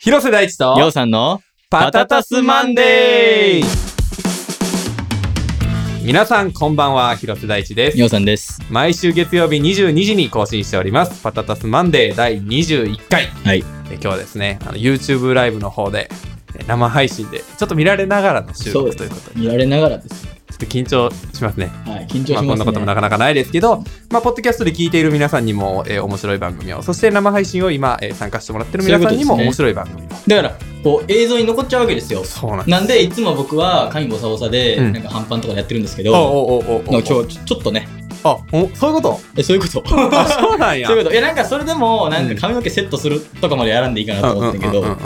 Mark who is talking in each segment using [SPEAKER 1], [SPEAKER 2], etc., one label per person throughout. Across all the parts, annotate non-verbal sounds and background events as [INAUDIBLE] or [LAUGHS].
[SPEAKER 1] 広瀬大地
[SPEAKER 2] よう
[SPEAKER 1] と
[SPEAKER 2] さんの
[SPEAKER 1] パタタスマンデー皆さんこんばんは広瀬大地です
[SPEAKER 2] ようさんです。
[SPEAKER 1] 毎週月曜日22時に更新しておりますパタタスマンデー第21回
[SPEAKER 2] はい。
[SPEAKER 1] え今日はですねあの YouTube ライブの方でえ生配信でちょっと見られながらの収録ということで
[SPEAKER 2] 見られながらです。
[SPEAKER 1] ちょっと緊張しますね
[SPEAKER 2] はい。緊張し
[SPEAKER 1] まあ、
[SPEAKER 2] ますね。
[SPEAKER 1] こんなこともなかなかないですけど、まあ、ポッドキャストで聞いている皆さんにも、えー面白い番組をそして生配信を今、えー参加してもらってる皆さんにも
[SPEAKER 2] そうい
[SPEAKER 1] 面白い
[SPEAKER 2] うこ
[SPEAKER 1] 番組を
[SPEAKER 2] だから、こう、映像に残っちゃうわけですよ。
[SPEAKER 1] そうなんです
[SPEAKER 2] なんで、いつも僕は、髪ボサボサで、
[SPEAKER 1] うん
[SPEAKER 2] なんか半パンとかでやってるんですけ
[SPEAKER 1] お
[SPEAKER 2] ど、
[SPEAKER 1] おおおお
[SPEAKER 2] なんか今日、ちょちょっとね、
[SPEAKER 1] あおそういうこと
[SPEAKER 2] えそういうこと。
[SPEAKER 1] あそうなんや
[SPEAKER 2] そういうこと。いや、なんかそれでも、なんか髪の毛セットするとかまでやらんでいいかなと思ったけ
[SPEAKER 1] うんうん
[SPEAKER 2] ど
[SPEAKER 1] う、んうん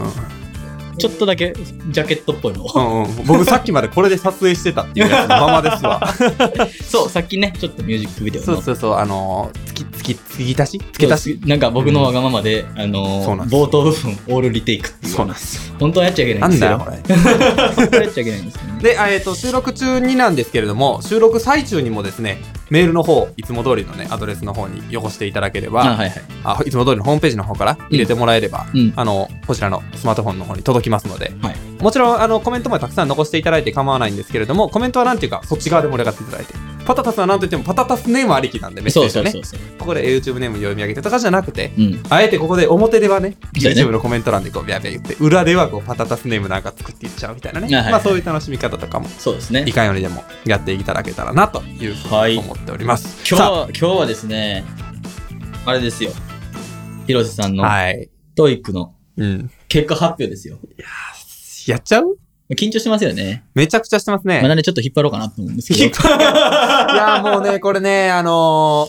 [SPEAKER 2] ちょっとだけ、ジャケットっぽいの。
[SPEAKER 1] うんうん、僕さっきまでこれで撮影してたっていうやつのままですわ
[SPEAKER 2] そう、さっきね、ちょっとミュージックビデオ
[SPEAKER 1] [LAUGHS] そ
[SPEAKER 2] の
[SPEAKER 1] う。そうそうあのーつきつきつぎ足しつけ足し
[SPEAKER 2] なんか僕のわがままで、あの
[SPEAKER 1] そうなん
[SPEAKER 2] ー、
[SPEAKER 1] です
[SPEAKER 2] 冒頭部分、オールリテイクっていう。
[SPEAKER 1] そうなんですよ
[SPEAKER 2] 本当はやっちゃいけな
[SPEAKER 1] ない
[SPEAKER 2] んで
[SPEAKER 1] ん
[SPEAKER 2] す
[SPEAKER 1] だ
[SPEAKER 2] よ。
[SPEAKER 1] よこれ
[SPEAKER 2] 本当はやっちゃいけないんですけ
[SPEAKER 1] [LAUGHS]
[SPEAKER 2] どね。
[SPEAKER 1] で、あえー、と収録中になんですけれども収録最中にもですねメールの方いつも通りのねアドレスの方によこしていただければ
[SPEAKER 2] あ、はいはい。
[SPEAKER 1] あいつも通りのホームページの方から入れてもらえれば、
[SPEAKER 2] うん。
[SPEAKER 1] あのこちらのスマートフォンの方に届きますので、
[SPEAKER 2] はい
[SPEAKER 1] もちろんあのコメントもたくさん残していただいて構わないんですけれどもコメントはなんていうかそっち側で盛り上がっていただいてパタタスはなんといってもパタタスネームありきなんでメッセ
[SPEAKER 2] そ
[SPEAKER 1] ージは
[SPEAKER 2] うそう
[SPEAKER 1] ね
[SPEAKER 2] そうそう。
[SPEAKER 1] ここで YouTube ネーム読み上げてとかじゃなくて
[SPEAKER 2] うん。
[SPEAKER 1] あえてここで表ではね
[SPEAKER 2] そうやね
[SPEAKER 1] YouTube のコメント欄でこうビャビャ言って裏ではこうパタタスネームなんか作っていっちゃうみたいなね、
[SPEAKER 2] はいはいはい
[SPEAKER 1] まあ、そういう楽しみ方とかも
[SPEAKER 2] そうですね
[SPEAKER 1] い。かようにでもやっていただけたらなというふう
[SPEAKER 2] は
[SPEAKER 1] に
[SPEAKER 2] い
[SPEAKER 1] 思っております、
[SPEAKER 2] 今日
[SPEAKER 1] さ
[SPEAKER 2] は、今日はですね、あれですよ。広瀬さん
[SPEAKER 1] あ
[SPEAKER 2] の、
[SPEAKER 1] はい、
[SPEAKER 2] トイックの
[SPEAKER 1] うん、
[SPEAKER 2] 結果発表ですよ。
[SPEAKER 1] やっちゃう
[SPEAKER 2] 緊張してますよね。
[SPEAKER 1] めちゃくちゃしてますね
[SPEAKER 2] まあ、なんでちょっと引っ張ろうかなと思うんですけど。
[SPEAKER 1] 引っいや、もうね、これね、あの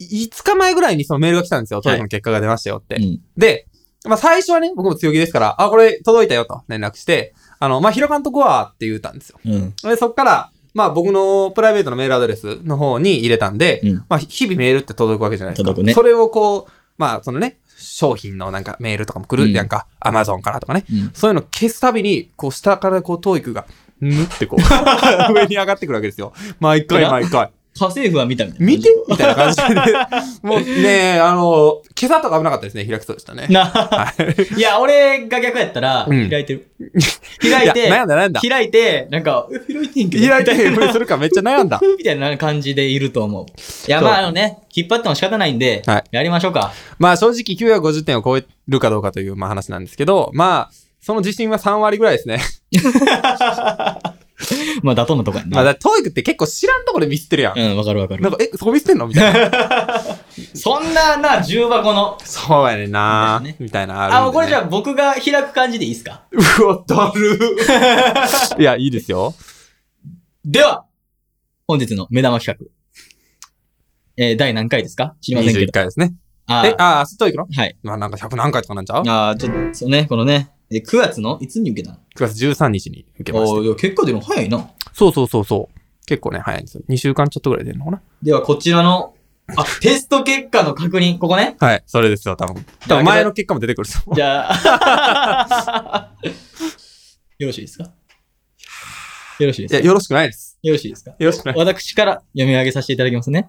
[SPEAKER 1] ー、い5日前ぐらいにそのメールが来たんですよ。トイレの結果が出ましたよって。
[SPEAKER 2] うん。
[SPEAKER 1] で、まあ最初はね、僕も強気ですから、あ、これ届いたよと連絡して、あの、まあ、ヒロ監督はって言ったんですよ。
[SPEAKER 2] うん。
[SPEAKER 1] で、そっから、まあ僕のプライベートのメールアドレスの方に入れたんで、
[SPEAKER 2] うん
[SPEAKER 1] まあ日々メールって届くわけじゃないですか。
[SPEAKER 2] 届くね
[SPEAKER 1] それをこう、まあそのね、商品のなんかメールとかも来る、
[SPEAKER 2] うん
[SPEAKER 1] なんか、アマゾンからとかね。
[SPEAKER 2] うん。
[SPEAKER 1] そういうの消すたびに、こう下からこう、トーイクが、ぬってこ
[SPEAKER 2] [LAUGHS]
[SPEAKER 1] う、上に上がってくるわけですよ。毎回毎回。
[SPEAKER 2] 家政婦は見たみたいな。
[SPEAKER 1] 見てみたいな感じで。もうね、あの、今朝とか危なかったですね、開きそうでしたね。
[SPEAKER 2] な、いや、俺が逆やったら、
[SPEAKER 1] うん
[SPEAKER 2] 開い
[SPEAKER 1] [LAUGHS]
[SPEAKER 2] てる。開いて、
[SPEAKER 1] や悩んだ悩んだ。
[SPEAKER 2] 開いて、なんか、え開いてんけど。
[SPEAKER 1] 開いて、
[SPEAKER 2] み
[SPEAKER 1] こ
[SPEAKER 2] たい
[SPEAKER 1] れ
[SPEAKER 2] な
[SPEAKER 1] するかめっちゃ悩んだ。 [LAUGHS]
[SPEAKER 2] みたいな感じでいると思う。いや、
[SPEAKER 1] そう
[SPEAKER 2] まあ、あのね、引っ張っても仕方ないんで、
[SPEAKER 1] はい
[SPEAKER 2] やりましょうか。
[SPEAKER 1] まあ正直950点を超えるかどうかという、まあ、話なんですけど、まあ、その自信は3割ぐらいですね。
[SPEAKER 2] まあ、妥当なとこや
[SPEAKER 1] まあ、
[SPEAKER 2] な。
[SPEAKER 1] だトーイックって結構知らんとこで見捨てるやん。
[SPEAKER 2] うん、わかるわかる
[SPEAKER 1] なん。か、え、そこ見捨てんのみたいな。
[SPEAKER 2] そんなな、重箱の。
[SPEAKER 1] そうやねんな
[SPEAKER 2] みたいなね
[SPEAKER 1] みたいなるんでね。
[SPEAKER 2] あ、もうこれじゃあ僕が開く感じでいいですか
[SPEAKER 1] うわ、だる。いや、いいですよ。
[SPEAKER 2] [LAUGHS] では、本日の目玉企画。えー、第何回ですか知りませんけ
[SPEAKER 1] 21
[SPEAKER 2] ど。
[SPEAKER 1] 回ですね。
[SPEAKER 2] あ
[SPEAKER 1] え
[SPEAKER 2] ー、
[SPEAKER 1] あー、明日トーイックの
[SPEAKER 2] はい。
[SPEAKER 1] まあなんか100何回とかなんちゃう ?9
[SPEAKER 2] あーちょっと、そうね、このね、え9月のいつに受けたの
[SPEAKER 1] 月13日に受けました
[SPEAKER 2] おーいや結構出るの早いな。
[SPEAKER 1] そうそうそうそう。結構ね、早いんですよ。2週間ちょっとぐらい出るのかな
[SPEAKER 2] では、こちらの、あ、テスト結果の確認、ここね。
[SPEAKER 1] はい、それですよ、多分。多
[SPEAKER 2] だけ
[SPEAKER 1] 分
[SPEAKER 2] ど
[SPEAKER 1] 前の結果も出てくると思う。
[SPEAKER 2] じゃあ、 [LAUGHS] よろしいですかよろしいで
[SPEAKER 1] いや、
[SPEAKER 2] すか
[SPEAKER 1] よろしくないです。
[SPEAKER 2] よろしいですか
[SPEAKER 1] よろし [LAUGHS] くない。
[SPEAKER 2] 私から読み上げさせていただきますね。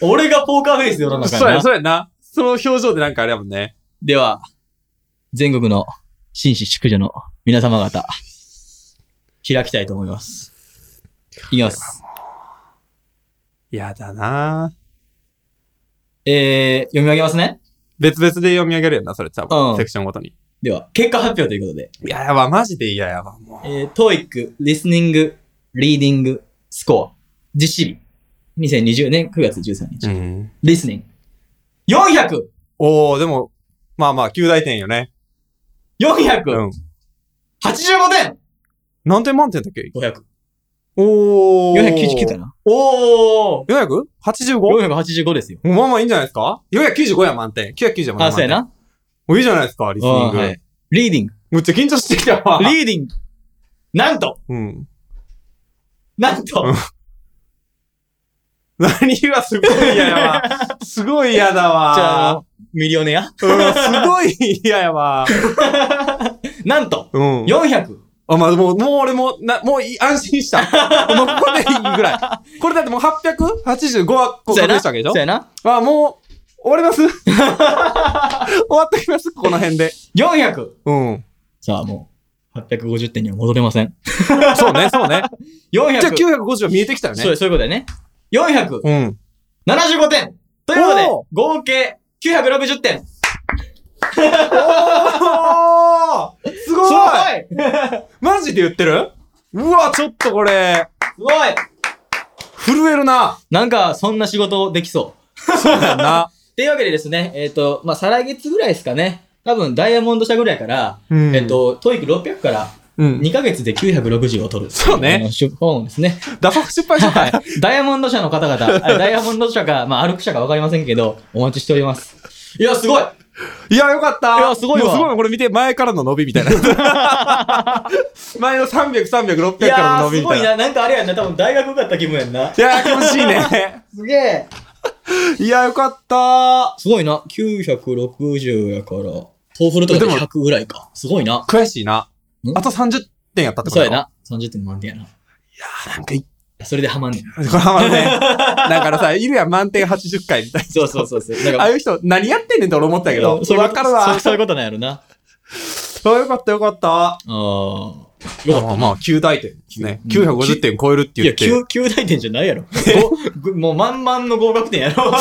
[SPEAKER 2] 俺がポーカーフェイスでおらなあかん
[SPEAKER 1] そうや、
[SPEAKER 2] な。
[SPEAKER 1] そうやな。その表情でなんかあれやもんね。
[SPEAKER 2] では、全国の紳士淑女の皆様方、開きたいと思います。いきます。
[SPEAKER 1] やだな
[SPEAKER 2] えー、読み上げますね。
[SPEAKER 1] 別々で読み上げるやんな、それ多分。
[SPEAKER 2] うん
[SPEAKER 1] セクションごとに。
[SPEAKER 2] では、結果発表ということで、
[SPEAKER 1] いや、やば、マジで嫌やわ、もう。
[SPEAKER 2] えー、TOEIC、リスニング、リーディング、スコア、実施日、2020年9月13日、
[SPEAKER 1] うん。
[SPEAKER 2] リスニング、400!400!
[SPEAKER 1] おー、でも、まあまあ、9大点よね。うん。
[SPEAKER 2] 85点
[SPEAKER 1] 何点満点だっけ
[SPEAKER 2] !500。
[SPEAKER 1] おー。
[SPEAKER 2] 499かな
[SPEAKER 1] おー。485?
[SPEAKER 2] 485ですよ。
[SPEAKER 1] まあまあいいんじゃないですか ?495 や満点。990や満点。
[SPEAKER 2] あ、そうや。な。
[SPEAKER 1] おいいじゃないですか、リスニング。
[SPEAKER 2] うんはいリーディング。
[SPEAKER 1] むっちゃ緊張してきたわ。
[SPEAKER 2] リーディング。なんと
[SPEAKER 1] うん。
[SPEAKER 2] なんと
[SPEAKER 1] うん [LAUGHS] 何がすごい嫌や [LAUGHS] わ。すごい嫌だわ。
[SPEAKER 2] じゃあ、ミリオネア
[SPEAKER 1] うん、すごい嫌やわ。
[SPEAKER 2] なんと
[SPEAKER 1] うん。
[SPEAKER 2] !400!
[SPEAKER 1] あ、まあ、もう、もう俺も、な、もういい安心 [LAUGHS] した。もうここでいいぐらい。これだってもう885はこう
[SPEAKER 2] そうや
[SPEAKER 1] 確
[SPEAKER 2] な
[SPEAKER 1] 認したわけでし
[SPEAKER 2] そうやな。
[SPEAKER 1] ょあ、もう、終わります終わっときますこの辺で。
[SPEAKER 2] 400!
[SPEAKER 1] うん。
[SPEAKER 2] さあ、もう、850点には戻れません。
[SPEAKER 1] そうね、そうね。
[SPEAKER 2] 400!
[SPEAKER 1] [LAUGHS] じゃあ950は見えてきたよね。
[SPEAKER 2] そう、そういうことだよね。475
[SPEAKER 1] うん。
[SPEAKER 2] 点ということで
[SPEAKER 1] おー、
[SPEAKER 2] 合計960
[SPEAKER 1] お
[SPEAKER 2] 点
[SPEAKER 1] ーすごい
[SPEAKER 2] すごい
[SPEAKER 1] マジで言ってるうわ、ちょっとこれ、
[SPEAKER 2] すごい
[SPEAKER 1] 震えるな。
[SPEAKER 2] なんか、そんな仕事できそう。
[SPEAKER 1] そうだよ [LAUGHS] な。
[SPEAKER 2] っていうわけでですね、えっ、と、まあ、再来月ぐらいですかね。多分、ダイヤモンド社ぐらいから、
[SPEAKER 1] うん
[SPEAKER 2] えっ、と、トイック600から
[SPEAKER 1] うん。
[SPEAKER 2] 2ヶ月で960を取る。
[SPEAKER 1] そうね
[SPEAKER 2] あの。出本で
[SPEAKER 1] [LAUGHS]
[SPEAKER 2] すね。
[SPEAKER 1] ダファク失敗し
[SPEAKER 2] は
[SPEAKER 1] た
[SPEAKER 2] い。ダイヤモンド社の方
[SPEAKER 1] [LAUGHS]
[SPEAKER 2] 々、あダイヤモンド社か、まあ、歩く社かわかりませんけど、お待ちしております。いや、すごい
[SPEAKER 1] いや、よかった。
[SPEAKER 2] いやすごいわ
[SPEAKER 1] もうすごい、これ見て、前からの伸びみたいな。
[SPEAKER 2] [LAUGHS]
[SPEAKER 1] 前の300、300、600
[SPEAKER 2] い
[SPEAKER 1] からの
[SPEAKER 2] やー、
[SPEAKER 1] 伸び
[SPEAKER 2] す
[SPEAKER 1] み
[SPEAKER 2] ご
[SPEAKER 1] たい
[SPEAKER 2] い
[SPEAKER 1] な。い
[SPEAKER 2] な。なんかあれやんな。多分、大学受かった気分やんな。
[SPEAKER 1] やー、気持ちいい
[SPEAKER 2] [LAUGHS]
[SPEAKER 1] ね。
[SPEAKER 2] すげえ
[SPEAKER 1] いや、よかった。
[SPEAKER 2] すごいな。960やから、トーフルとかで
[SPEAKER 1] でも
[SPEAKER 2] 100ぐらいか。すごいな。
[SPEAKER 1] 悔しいな。
[SPEAKER 2] ん
[SPEAKER 1] あと30点やったってこと
[SPEAKER 2] そうや
[SPEAKER 1] な。
[SPEAKER 2] な。30点満点やな。
[SPEAKER 1] なんかい、
[SPEAKER 2] それでハマんねん。
[SPEAKER 1] これハ
[SPEAKER 2] [LAUGHS]
[SPEAKER 1] マるね。だからさ、いるやん、満点80回みたい
[SPEAKER 2] そうそうそうそう。だ
[SPEAKER 1] な。ああいう人、何やってんねんって俺思ったけど。
[SPEAKER 2] そう
[SPEAKER 1] わかるわ。
[SPEAKER 2] そうそういうことなんやろな。あ
[SPEAKER 1] そう、よかった、よかった。
[SPEAKER 2] あー。よか
[SPEAKER 1] ま
[SPEAKER 2] っ
[SPEAKER 1] あまあ、9大点ですね。
[SPEAKER 2] うん
[SPEAKER 1] 950点超えるって
[SPEAKER 2] た。い
[SPEAKER 1] 言
[SPEAKER 2] や、
[SPEAKER 1] って。
[SPEAKER 2] 9、9大点じゃない
[SPEAKER 1] [LAUGHS]
[SPEAKER 2] やろ。ごもう満々の合格点やろ。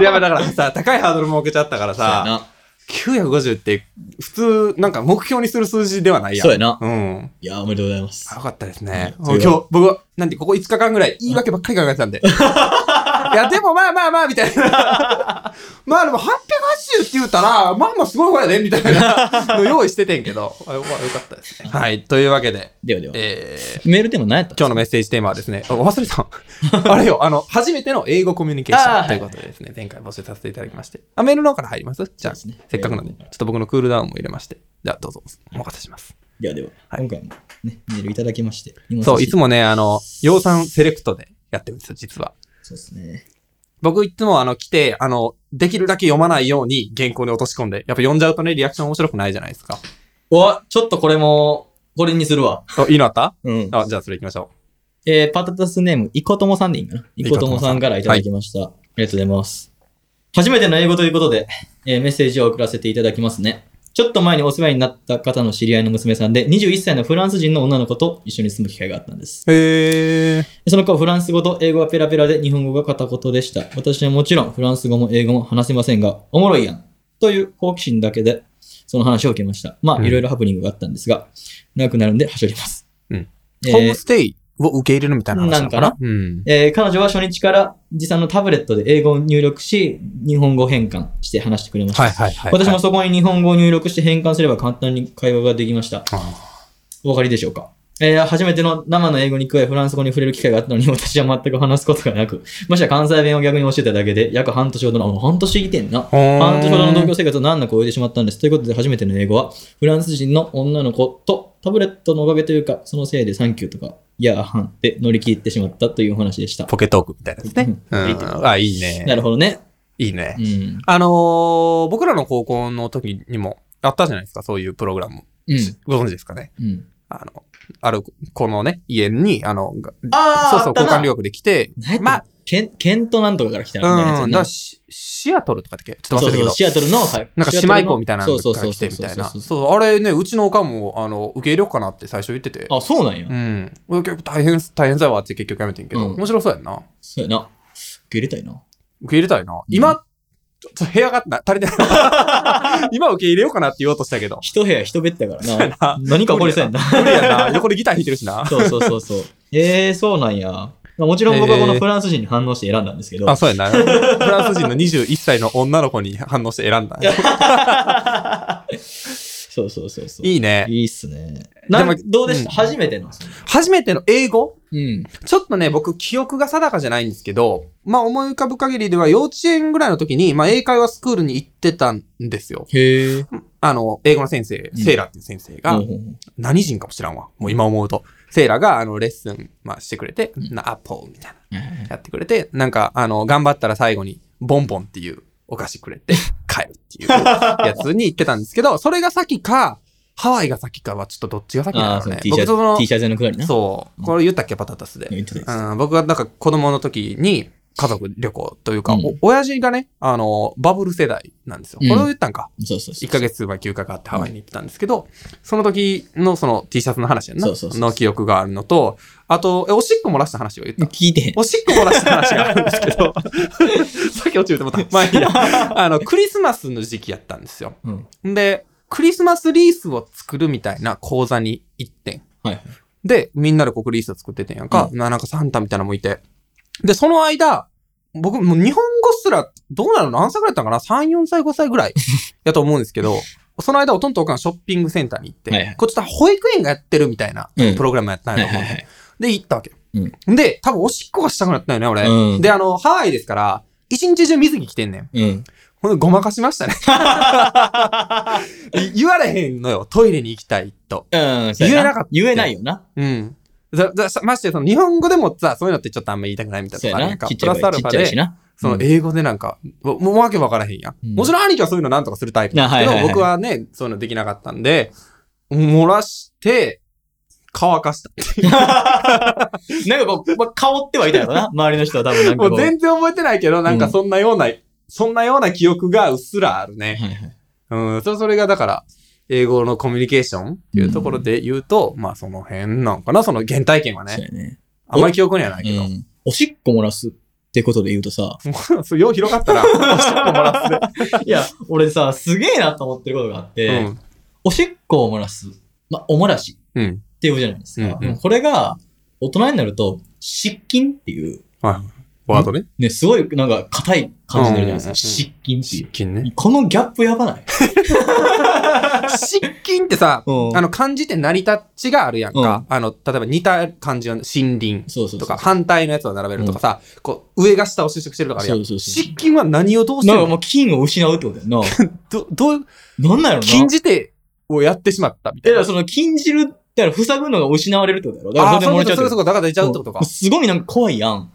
[SPEAKER 1] いや、まあだからさ、高いハードル設けちゃったからさ。950って、普通、なんか目標にする数字ではないやん。
[SPEAKER 2] そうやな。
[SPEAKER 1] うん。
[SPEAKER 2] いや、おめでとうございます
[SPEAKER 1] あ。よかったですね。今
[SPEAKER 2] そう
[SPEAKER 1] 日、
[SPEAKER 2] よ
[SPEAKER 1] 僕は、なんで、ここ5日間ぐらい、言い訳ばっかり考えてたんで。
[SPEAKER 2] [LAUGHS]
[SPEAKER 1] いや、でもまあまあまあ、みたいな。 [LAUGHS] まあでも、880って言うたら、まあまあすごい方やで、みたいなの用意しててんけど。あよよかったですね。はい。というわけで、
[SPEAKER 2] ではでは。
[SPEAKER 1] えー、
[SPEAKER 2] メールでも何やった
[SPEAKER 1] 今日のメッセージテーマはですね、あ忘れ
[SPEAKER 2] [LAUGHS]
[SPEAKER 1] た。あれよ、あの、初めての英語コミュニケーショ
[SPEAKER 2] あー
[SPEAKER 1] ンということでですね、前回募集させていただきまして。あ、メールの方から入りますじゃあ、
[SPEAKER 2] そうですね
[SPEAKER 1] せっかくなんで、ちょっと僕のクールダウンも入れまして。じゃあ、どうぞ、お任せします。
[SPEAKER 2] ではでは。
[SPEAKER 1] はい
[SPEAKER 2] 今回もね、メールいただきまして。
[SPEAKER 1] そう、いつ
[SPEAKER 2] も。
[SPEAKER 1] もね、あの、養蚕セレクトでやってるんですよ、実は。
[SPEAKER 2] そうですね。
[SPEAKER 1] 僕いつもあの、来て、あの、できるだけ読まないように原稿に落とし込んで、やっぱ読んじゃうとね、リアクション面白くないじゃないですか。
[SPEAKER 2] お、ちょっとこれも、これにするわ。
[SPEAKER 1] あいいのあった
[SPEAKER 2] うん。
[SPEAKER 1] あ、じゃあそれ行きましょ
[SPEAKER 2] えー、パタタスネーム、いこともさんでいいかな。いこともさんからいただきました。ありがとうございます。初めての英語ということで、えーメッセージを送らせていただきますね。ちょっと前にお世話になった方の知り合いの娘さんで、21歳のフランス人の女の子と一緒に住む機会があったんです。
[SPEAKER 1] う。へー。
[SPEAKER 2] その子はフランス語と英語がペラペラで日本語が片言でした。私はもちろんフランス語も英語も話せませんが、おもろいやん。という好奇心だけで、その話を受けました。ま
[SPEAKER 1] う
[SPEAKER 2] あ、
[SPEAKER 1] ん
[SPEAKER 2] いろいろハプニングがあったんですが、長くなるんで、はしょります。
[SPEAKER 1] うん
[SPEAKER 2] えー
[SPEAKER 1] ホームステイを受け入れるみたいな話なのかな
[SPEAKER 2] なんか
[SPEAKER 1] うん。
[SPEAKER 2] えー彼女は初日から持参のタブレットで英語を入力し、日本語変換して話してくれました。
[SPEAKER 1] はいはいはい。
[SPEAKER 2] 私もそこに日本語を入力して変換すれば簡単に会話ができました。
[SPEAKER 1] あー
[SPEAKER 2] お分かりでしょうかえー初めての生の英語に加えフランス語に触れる機会があったのに私は全く話すことがなく、もしは関西弁を逆に教えただけで約半年ほどの、あもう半年いてんな。半年ほどの同居生活を難なく終えてしまったんです。ということで初めての英語は、フランス人の女の子とタブレットのおかげというか、そのせいでサンキューとか、いやーはんで乗り切ってしまったというお話でした。
[SPEAKER 1] ポケトークみたいなですね。う
[SPEAKER 2] いいと
[SPEAKER 1] ん。あ、いい
[SPEAKER 2] な
[SPEAKER 1] ね。
[SPEAKER 2] るほどね。
[SPEAKER 1] いいね
[SPEAKER 2] う。ん。
[SPEAKER 1] あのー、僕らの高校の時にもあったじゃないですか、そういうプログラム。
[SPEAKER 2] うん。
[SPEAKER 1] ご存知ですかね。
[SPEAKER 2] うん。
[SPEAKER 1] あの、ある、このね、家に、あの、
[SPEAKER 2] あ
[SPEAKER 1] そうそう、交換留
[SPEAKER 2] 料。
[SPEAKER 1] 学で来て、
[SPEAKER 2] ま
[SPEAKER 1] ま
[SPEAKER 2] あ、ケン、ケントなんとかから来たみたいなやつ
[SPEAKER 1] う
[SPEAKER 2] や
[SPEAKER 1] ん、
[SPEAKER 2] な
[SPEAKER 1] だからシシアトルとかだっけちょ
[SPEAKER 2] そ
[SPEAKER 1] っ
[SPEAKER 2] う
[SPEAKER 1] と忘
[SPEAKER 2] そ
[SPEAKER 1] れたけ
[SPEAKER 2] うそう、
[SPEAKER 1] ど。
[SPEAKER 2] シアトルの、はい
[SPEAKER 1] なんか
[SPEAKER 2] シアトル
[SPEAKER 1] 姉妹校みたいな
[SPEAKER 2] そ
[SPEAKER 1] の
[SPEAKER 2] うそう
[SPEAKER 1] が
[SPEAKER 2] そう
[SPEAKER 1] 来
[SPEAKER 2] そ
[SPEAKER 1] て
[SPEAKER 2] う
[SPEAKER 1] み
[SPEAKER 2] そう
[SPEAKER 1] たいな。
[SPEAKER 2] そう
[SPEAKER 1] そう、あれね、うちのおかんも、あの、受け入れようかなって最初言ってて。
[SPEAKER 2] あ、そうなんや
[SPEAKER 1] う。ん。俺結構大変、大変さはって結局やめてんけど、
[SPEAKER 2] うん
[SPEAKER 1] 面白そうやんな。
[SPEAKER 2] そうやな。受け入れたいな。
[SPEAKER 1] 受け入れたいな。今、ちょっと部屋がな足りて [LAUGHS] ない。今受け入れようかなって言おうとしたけど。
[SPEAKER 2] 一部屋一ベッドやからな。
[SPEAKER 1] な
[SPEAKER 2] 何か起こりそうやんな。
[SPEAKER 1] 無理 [LAUGHS] やな。横でギター弾いてるしな。
[SPEAKER 2] そうそうそうそう。えー、そうなんや。まあもちろん僕はこのフランス人に反応して選んだんですけど。
[SPEAKER 1] あ、そうやな。フランス人の21歳の女の子に反応して選んだ。
[SPEAKER 2] そうそうそうそう。
[SPEAKER 1] いいね。
[SPEAKER 2] いいっすね。なん
[SPEAKER 1] でも
[SPEAKER 2] どうでした、
[SPEAKER 1] うん
[SPEAKER 2] 初めての。
[SPEAKER 1] 初めての英語
[SPEAKER 2] うん。
[SPEAKER 1] ちょっとね、僕、記憶が定かじゃないんですけど、まあ思い浮かぶ限りでは幼稚園ぐらいの時に、まあ英会話スクールに行ってたんですよ。
[SPEAKER 2] へえ。
[SPEAKER 1] あの、英語の先生、
[SPEAKER 2] うん
[SPEAKER 1] セイラっていう先生が、何人かも知らんわ。もう今思うと。セイラが、あの、レッスン、まあしてくれて、な、アッポーみたいな。やってくれて、なんか、あの、頑張ったら最後に、ボンボンっていうお菓子くれ
[SPEAKER 2] [LAUGHS]
[SPEAKER 1] て、帰るっていうやつに行ってたんですけど、それが先か、ハワイが先かはちょっとどっちが先
[SPEAKER 2] あ
[SPEAKER 1] な
[SPEAKER 2] あ、
[SPEAKER 1] の
[SPEAKER 2] その
[SPEAKER 1] ね。
[SPEAKER 2] T シ
[SPEAKER 1] 僕
[SPEAKER 2] ャ
[SPEAKER 1] そ
[SPEAKER 2] ツ、
[SPEAKER 1] の
[SPEAKER 2] T、シャツのくだりな。
[SPEAKER 1] そう、これ言ったっけ、パタタスで。
[SPEAKER 2] 言ってたやつ
[SPEAKER 1] うん、僕がなんか子供の時に、家族旅行というか、
[SPEAKER 2] うん
[SPEAKER 1] お親父がね、あの、バブル世代なんですよ。
[SPEAKER 2] うん
[SPEAKER 1] これを言ったんか。
[SPEAKER 2] そうそうそ
[SPEAKER 1] 1
[SPEAKER 2] う。
[SPEAKER 1] ヶ月前休暇があってハワイに行ってたんですけど、その時のその T シャツの話やんな。
[SPEAKER 2] そうそうそう
[SPEAKER 1] の記憶があるのと、あと、えおしっこ漏らした話を言った。
[SPEAKER 2] 聞いてへん。
[SPEAKER 1] おしっこ漏らした話があるんですけ
[SPEAKER 2] [LAUGHS]
[SPEAKER 1] ど、さっき落ちると思った。まあいいや。あの、クリスマスの時期やったんですよ。
[SPEAKER 2] うん。
[SPEAKER 1] で、クリスマスリースを作るみたいな講座に行ってん。
[SPEAKER 2] はいはい。
[SPEAKER 1] で、みんなでこうクリースを作っててんやんか。ななんかサンタみたいなのもいて。で、その間、僕、もう日本語すら、どうなの何歳ぐらいだったかな ?3、4歳、5歳ぐら
[SPEAKER 2] [LAUGHS]
[SPEAKER 1] いやと思うんですけど、その間、おとんとおかんショッピングセンターに行って、
[SPEAKER 2] はいはい
[SPEAKER 1] こっちは保育園がやってるみたいな
[SPEAKER 2] うん
[SPEAKER 1] プログラムやったん
[SPEAKER 2] はい
[SPEAKER 1] やと
[SPEAKER 2] は
[SPEAKER 1] 思うん
[SPEAKER 2] い
[SPEAKER 1] ですよ
[SPEAKER 2] はい。
[SPEAKER 1] で、行ったわけ。
[SPEAKER 2] う
[SPEAKER 1] で、多分おしっこがしたくなったよね、俺。
[SPEAKER 2] うん
[SPEAKER 1] で、あの、ハワイですから、一日中水着着てんねん。
[SPEAKER 2] うん。
[SPEAKER 1] ほんで、ごまかしました
[SPEAKER 2] [LAUGHS]
[SPEAKER 1] ね。言われへんのよ。トイレに行きたいと。
[SPEAKER 2] うん。そう
[SPEAKER 1] 言え
[SPEAKER 2] や
[SPEAKER 1] なかった
[SPEAKER 2] 言えないよな。
[SPEAKER 1] うん。だだまして、その日本語でもさ、そういうのってちょっとあんま言いたくないみたい
[SPEAKER 2] そう
[SPEAKER 1] な
[SPEAKER 2] や
[SPEAKER 1] のがある
[SPEAKER 2] な。
[SPEAKER 1] んか
[SPEAKER 2] ちっち
[SPEAKER 1] プ
[SPEAKER 2] ゃ
[SPEAKER 1] ラ
[SPEAKER 2] い
[SPEAKER 1] スア
[SPEAKER 2] 声
[SPEAKER 1] ルフ
[SPEAKER 2] ちっ
[SPEAKER 1] ァ
[SPEAKER 2] ちゃい
[SPEAKER 1] で
[SPEAKER 2] し、な。
[SPEAKER 1] その
[SPEAKER 2] うん
[SPEAKER 1] 英語でなんか、ももうわけわからへんやん。
[SPEAKER 2] うん
[SPEAKER 1] もちろん兄貴はそういうのなんとかするタイプなんですけ
[SPEAKER 2] あ
[SPEAKER 1] ど、
[SPEAKER 2] はいはいはい
[SPEAKER 1] 僕はね、そういうのできなかったんで、漏らして、乾かした。
[SPEAKER 2] [LAUGHS] なんかこう、ま、香ってはいたよな。周りの人は多分なんか
[SPEAKER 1] も
[SPEAKER 2] こ
[SPEAKER 1] う
[SPEAKER 2] う。
[SPEAKER 1] 全然覚えてないけど、なんかそんなような、そんなような記憶がうっすらあるね。
[SPEAKER 2] はいは
[SPEAKER 1] う
[SPEAKER 2] い
[SPEAKER 1] ん、それそれがだから、英語のコミュニケーションっていうところで言うと、まあその辺なんかな、その原体験は
[SPEAKER 2] そう
[SPEAKER 1] ね。
[SPEAKER 2] やね。
[SPEAKER 1] あんまり記憶にはないけど
[SPEAKER 2] う。ん。おしっこ漏らすってことで言うとさ、
[SPEAKER 1] そうよう広がったら、おしっこ漏らす
[SPEAKER 2] いや、俺さ、すげえなと思ってることがあって、
[SPEAKER 1] で。うん。
[SPEAKER 2] おしっこを漏らす、まあ、お漏らし
[SPEAKER 1] うん。
[SPEAKER 2] っていうじゃないですか。
[SPEAKER 1] うんうん
[SPEAKER 2] これが、大人になると、湿菌っていう、
[SPEAKER 1] はい。ワードね。
[SPEAKER 2] ね、すごいなんか硬い感じになるじゃないですか。湿菌ってい
[SPEAKER 1] 湿
[SPEAKER 2] う。
[SPEAKER 1] 菌ね。
[SPEAKER 2] このギャップやばない
[SPEAKER 1] 湿菌ってさ、
[SPEAKER 2] うん
[SPEAKER 1] あの、漢字って成り立ちがあるやんか。あの、例えば似た漢字は森林
[SPEAKER 2] そうそうそう。
[SPEAKER 1] とか、反対のやつを並べるとかさ、こう、上が下を就職してるとかあるや
[SPEAKER 2] そ
[SPEAKER 1] ん。
[SPEAKER 2] うそうそう。
[SPEAKER 1] 湿菌は何をどうして
[SPEAKER 2] なん
[SPEAKER 1] る
[SPEAKER 2] か
[SPEAKER 1] の
[SPEAKER 2] もう菌を失うってことやんな。
[SPEAKER 1] [LAUGHS] ど、どう、
[SPEAKER 2] なんなんやろな。
[SPEAKER 1] 禁じ手をやってしまったみた
[SPEAKER 2] え、
[SPEAKER 1] い
[SPEAKER 2] だか
[SPEAKER 1] な
[SPEAKER 2] ら。その禁じる、だから塞ぐのが失われるってことだろ。だか
[SPEAKER 1] あ
[SPEAKER 2] ら
[SPEAKER 1] あ、
[SPEAKER 2] それ
[SPEAKER 1] そ
[SPEAKER 2] で
[SPEAKER 1] うい
[SPEAKER 2] 漏れ
[SPEAKER 1] うこと、そういう
[SPEAKER 2] ちゃう
[SPEAKER 1] こ
[SPEAKER 2] っ
[SPEAKER 1] と、だから出ちゃうってことか
[SPEAKER 2] て。すごいなんか怖いや
[SPEAKER 1] [LAUGHS]
[SPEAKER 2] ん。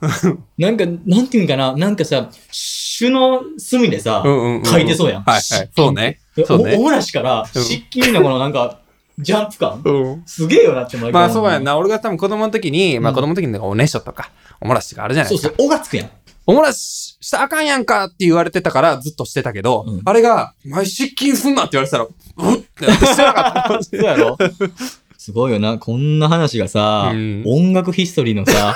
[SPEAKER 2] なんか、なんていうんかな、なんかさ、種の隅でさ、
[SPEAKER 1] うんうんうん。
[SPEAKER 2] 書いてそうやん。
[SPEAKER 1] はいはい。そうね。そうね
[SPEAKER 2] お、おもらしから、湿気なこのなんか、ジャンプ感
[SPEAKER 1] うん。
[SPEAKER 2] すげえよなって毎回
[SPEAKER 1] まあそうやん
[SPEAKER 2] な。
[SPEAKER 1] な。俺が多分子供の時に、まあ子供の時におねしょとか、おもらしとかあるじゃない
[SPEAKER 2] そう
[SPEAKER 1] です
[SPEAKER 2] そう
[SPEAKER 1] か。、
[SPEAKER 2] おがつくやん。
[SPEAKER 1] おもらししたらあかんやんかって言われてたからずっとしてたけど
[SPEAKER 2] うん、
[SPEAKER 1] あれが、お前失禁すんなって言われてたら、うっってなってしてなかった。
[SPEAKER 2] そうやろ [LAUGHS] すごいよな。こんな話がさ、
[SPEAKER 1] うん
[SPEAKER 2] 音楽ヒストリー
[SPEAKER 1] [LAUGHS]
[SPEAKER 2] のさ、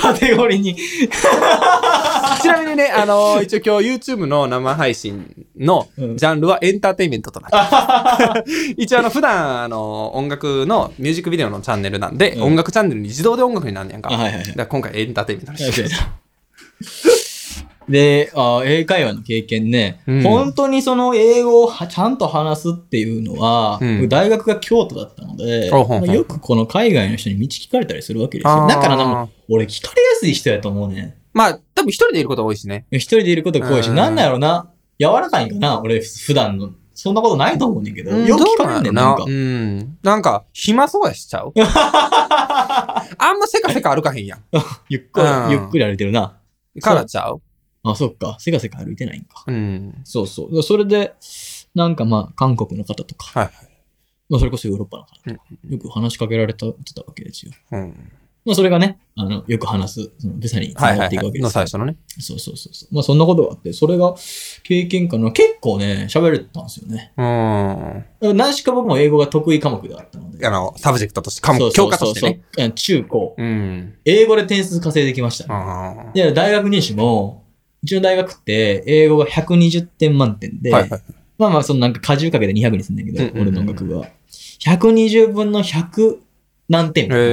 [SPEAKER 2] カテゴリーに。
[SPEAKER 1] ちなみ
[SPEAKER 2] [LAUGHS]
[SPEAKER 1] にね、あのー一応今日 YouTube の生配信のジ
[SPEAKER 2] うん
[SPEAKER 1] ャンルはエンターテインメントとなってます。
[SPEAKER 2] [LAUGHS]
[SPEAKER 1] 一応あの、普段、あのー音楽のミュージックビデオのチャンネルなんで、
[SPEAKER 2] うん
[SPEAKER 1] 音楽チャンネルに自動で音楽になんねやんか。
[SPEAKER 2] あはいはいはい
[SPEAKER 1] だから今回エンターテインメントの話
[SPEAKER 2] [LAUGHS] で、あ英会話の経験ね、
[SPEAKER 1] うん
[SPEAKER 2] 本当にその英語をはちゃんと話すっていうのは、
[SPEAKER 1] うん
[SPEAKER 2] 大学が京都だったので、
[SPEAKER 1] ほうほうほう
[SPEAKER 2] まあよくこの海外の人に道聞かれたりするわけです
[SPEAKER 1] あ
[SPEAKER 2] よ。
[SPEAKER 1] ー
[SPEAKER 2] だから多分、俺聞かれやすい人やと思うね。
[SPEAKER 1] まあ、多分一人でいること多いしね。
[SPEAKER 2] 一人でいることが多いし、
[SPEAKER 1] うん
[SPEAKER 2] なんだろうな、柔らかいんかな、俺普段の。そんなことないと思うねんだけど、よく聞かれんねん、なん
[SPEAKER 1] ど
[SPEAKER 2] か
[SPEAKER 1] う。なんやろなうん。なんか、暇そうやしちゃ
[SPEAKER 2] [LAUGHS]
[SPEAKER 1] うあんませかせか歩かへんやん。
[SPEAKER 2] ゆっくり
[SPEAKER 1] うん、
[SPEAKER 2] ゆっくり歩いてるな。
[SPEAKER 1] からちゃう
[SPEAKER 2] あ、そっか。せかせか歩いてないんか。
[SPEAKER 1] うん。
[SPEAKER 2] そうそう。それで、なんかまあ、韓国の方とか、
[SPEAKER 1] はいはい
[SPEAKER 2] まあ、それこそヨーロッパの方
[SPEAKER 1] う
[SPEAKER 2] とか、よく話しかけられたってたわけですよ。
[SPEAKER 1] うん。
[SPEAKER 2] まあ、それがね、あの、よく話す、その、ベサに
[SPEAKER 1] は
[SPEAKER 2] 繋
[SPEAKER 1] いは
[SPEAKER 2] が
[SPEAKER 1] い、
[SPEAKER 2] っていく
[SPEAKER 1] は
[SPEAKER 2] わ
[SPEAKER 1] い。
[SPEAKER 2] けで
[SPEAKER 1] の
[SPEAKER 2] す
[SPEAKER 1] 最
[SPEAKER 2] よ。
[SPEAKER 1] 初のね。
[SPEAKER 2] そうそうそうそう。まあ、そんなことがあって、それが経験かな。結構ね、喋れてたんですよね。
[SPEAKER 1] うん。
[SPEAKER 2] 何しか僕も英語が得意科目であったので。
[SPEAKER 1] あの、サブジェクトとして、科
[SPEAKER 2] そ
[SPEAKER 1] 目、
[SPEAKER 2] うそ
[SPEAKER 1] 教
[SPEAKER 2] う
[SPEAKER 1] 科
[SPEAKER 2] そ
[SPEAKER 1] と
[SPEAKER 2] う
[SPEAKER 1] し
[SPEAKER 2] そ
[SPEAKER 1] て
[SPEAKER 2] う
[SPEAKER 1] ね。
[SPEAKER 2] うん中高。
[SPEAKER 1] うん。
[SPEAKER 2] 英語で点数稼いできましたね、
[SPEAKER 1] あ
[SPEAKER 2] で、大学入試も、うちの大学って、英語が120点満点で、
[SPEAKER 1] ーはいはい。
[SPEAKER 2] まあまあ、そのなんか果汁かけて200にすんだけど、
[SPEAKER 1] うんうんうん
[SPEAKER 2] 俺の学部は。120分の100何点みたいな
[SPEAKER 1] へ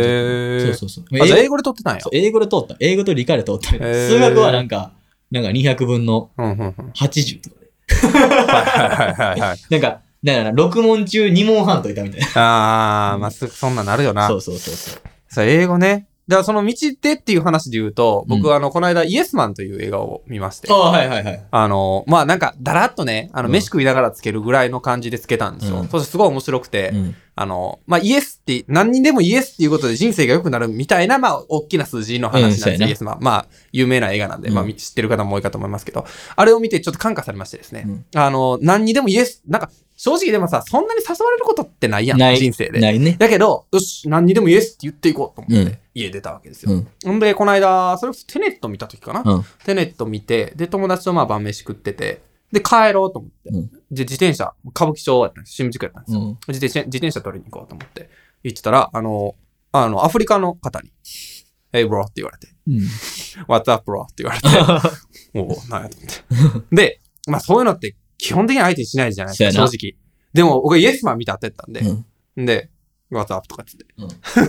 [SPEAKER 1] ー
[SPEAKER 2] そうそうそう。
[SPEAKER 1] あ、じゃあ
[SPEAKER 2] 英
[SPEAKER 1] 英語で撮ってたんや
[SPEAKER 2] そう。英語で通った。英語と理科で通った。
[SPEAKER 1] へー
[SPEAKER 2] 数学はなんか、なんか200分の
[SPEAKER 1] うんうんうん。はい
[SPEAKER 2] 80とかで。
[SPEAKER 1] はいはいはいはい。
[SPEAKER 2] なんか、だから6問中2問半といたみたい
[SPEAKER 1] あー、まあ、すそんなんなるよ
[SPEAKER 2] な。
[SPEAKER 1] な
[SPEAKER 2] そ。うそうそうそう。
[SPEAKER 1] そう、英語ね。だからその道でっていう話で言うと、僕
[SPEAKER 2] うん
[SPEAKER 1] はあの、この間、イエスマンという映画を見まして。
[SPEAKER 2] ああ、はいはいはい。
[SPEAKER 1] あの、まあなんか、だらっとね、あの、
[SPEAKER 2] うん
[SPEAKER 1] 飯食いながらつけるぐらいの感じでつけたんですよ。
[SPEAKER 2] うん
[SPEAKER 1] そしてすごい面白くて、
[SPEAKER 2] うん。
[SPEAKER 1] あの、まあイエスって、何人でもイエスっていうことで人生が良くなるみたいな、まあ大きな数字の話なんです
[SPEAKER 2] うんそ
[SPEAKER 1] よ、
[SPEAKER 2] うやな
[SPEAKER 1] イエスマン。まあ、有名な映画なんで、
[SPEAKER 2] うん
[SPEAKER 1] まあ知ってる方も多いかと思いますけど、あれを見てちょっと感化されましてですね、あの、何にでもイエス、なんか、正直でもさ、そんなに誘われることってないやん、
[SPEAKER 2] ない
[SPEAKER 1] 人生で。
[SPEAKER 2] ないね。
[SPEAKER 1] だけど、よし、何にでもイエスって言っていこうと思って、
[SPEAKER 2] うん
[SPEAKER 1] 家出たわけですよ。
[SPEAKER 2] うん。
[SPEAKER 1] ほんで、この間、それこそテネット見た時かな、
[SPEAKER 2] うん。
[SPEAKER 1] テネット見て、で、友達とまあ晩飯食ってて、で、帰ろうと思って。
[SPEAKER 2] うん
[SPEAKER 1] で、自転車、歌舞伎町やったんです新宿やったんですよ、
[SPEAKER 2] うん。
[SPEAKER 1] 自転車。自転車取りに行こうと思って、行ってたら、あの、あの、アフリカの方に、Hey bro って言われて、
[SPEAKER 2] うん。
[SPEAKER 1] What's up bro って言われて、 [LAUGHS] おお、なんやと思って。で、まあそういうのって基本的に相手にしないじゃないです
[SPEAKER 2] そうや
[SPEAKER 1] か、
[SPEAKER 2] な
[SPEAKER 1] 正直。でも、僕イエスマン見て当てたんで、
[SPEAKER 2] うん
[SPEAKER 1] で、What's up とかっつって。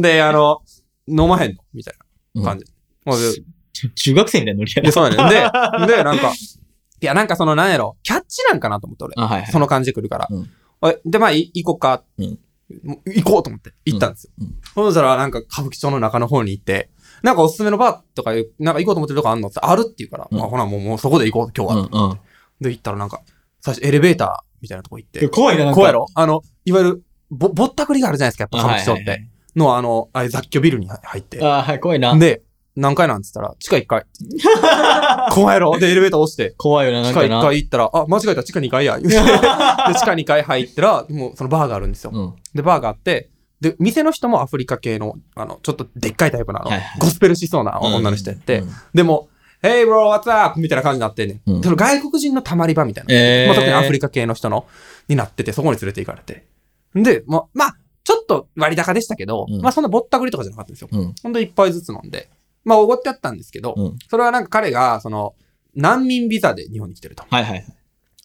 [SPEAKER 1] で、あの、飲まへんのみたいな感じ。もうで
[SPEAKER 2] ち中学生みたいなノリや
[SPEAKER 1] で、
[SPEAKER 2] な。
[SPEAKER 1] そうやねん。で、で、なんか、いや、なんかその、なんやろ、キャッチなんかなと思って、俺。
[SPEAKER 2] あ、はいはい。
[SPEAKER 1] その感じで来るから
[SPEAKER 2] うん。
[SPEAKER 1] おいで、まあ、い行こうか。
[SPEAKER 2] うん
[SPEAKER 1] もう行こうと思って、行ったんですよ
[SPEAKER 2] うんうん。
[SPEAKER 1] そしたら、なんか、歌舞伎町の中の方に行って、なんかおすすめのバーとかいう、なんか行こうと思ってるとこあんのってあるって言うから、
[SPEAKER 2] うん
[SPEAKER 1] まあ、ほな、もう、もうそこで行こう、今日
[SPEAKER 2] う
[SPEAKER 1] は。
[SPEAKER 2] んうん。
[SPEAKER 1] で、行ったらなんか、最初エレベーターみたいなとこ行って、
[SPEAKER 2] 怖いな、なんか。
[SPEAKER 1] こうやろあの、いわゆる、ぼ、ぼったくりがあるじゃないですか、やっぱ歌舞伎町って。の、あの、あれ雑居ビルに入って。
[SPEAKER 2] あーはい、怖いな。
[SPEAKER 1] で、何階なんつったら、地下1階。
[SPEAKER 2] [LAUGHS]
[SPEAKER 1] 怖いやろで、エレベーター押して、
[SPEAKER 2] 怖いよな、な
[SPEAKER 1] 地
[SPEAKER 2] ん
[SPEAKER 1] 下
[SPEAKER 2] か
[SPEAKER 1] 1
[SPEAKER 2] な。
[SPEAKER 1] 階行ったら、あ、間違えた、地下2階
[SPEAKER 2] [LAUGHS]
[SPEAKER 1] や。言うてで、地下2階入ったら、もうそのバーがあるんですよ。
[SPEAKER 2] うん。
[SPEAKER 1] で、バーがあって、で、店の人もアフリカ系の、あの、ちょっとでっかいタイプなの
[SPEAKER 2] はいは、い
[SPEAKER 1] ゴスペルしそうな女の人やって
[SPEAKER 2] うん、
[SPEAKER 1] でも、Hey bro, what's up? みたいな感じになってんね
[SPEAKER 2] うん
[SPEAKER 1] ん。その外国人のたまり場みたいな。
[SPEAKER 2] えー
[SPEAKER 1] まあ、特にアフリカ系の人の、になってて、そこに連れて行かれて。で、まあ、まあ、ちょっと割高でしたけど
[SPEAKER 2] う、ん
[SPEAKER 1] まあそんなぼったくりとかじゃなかったんですよ。
[SPEAKER 2] うん。
[SPEAKER 1] ほんと一杯ずつ飲んで。まあ、おごってやったんですけど、
[SPEAKER 2] うん。
[SPEAKER 1] それはなんか彼が、その、難民ビザで日本に来てると。
[SPEAKER 2] はいはい。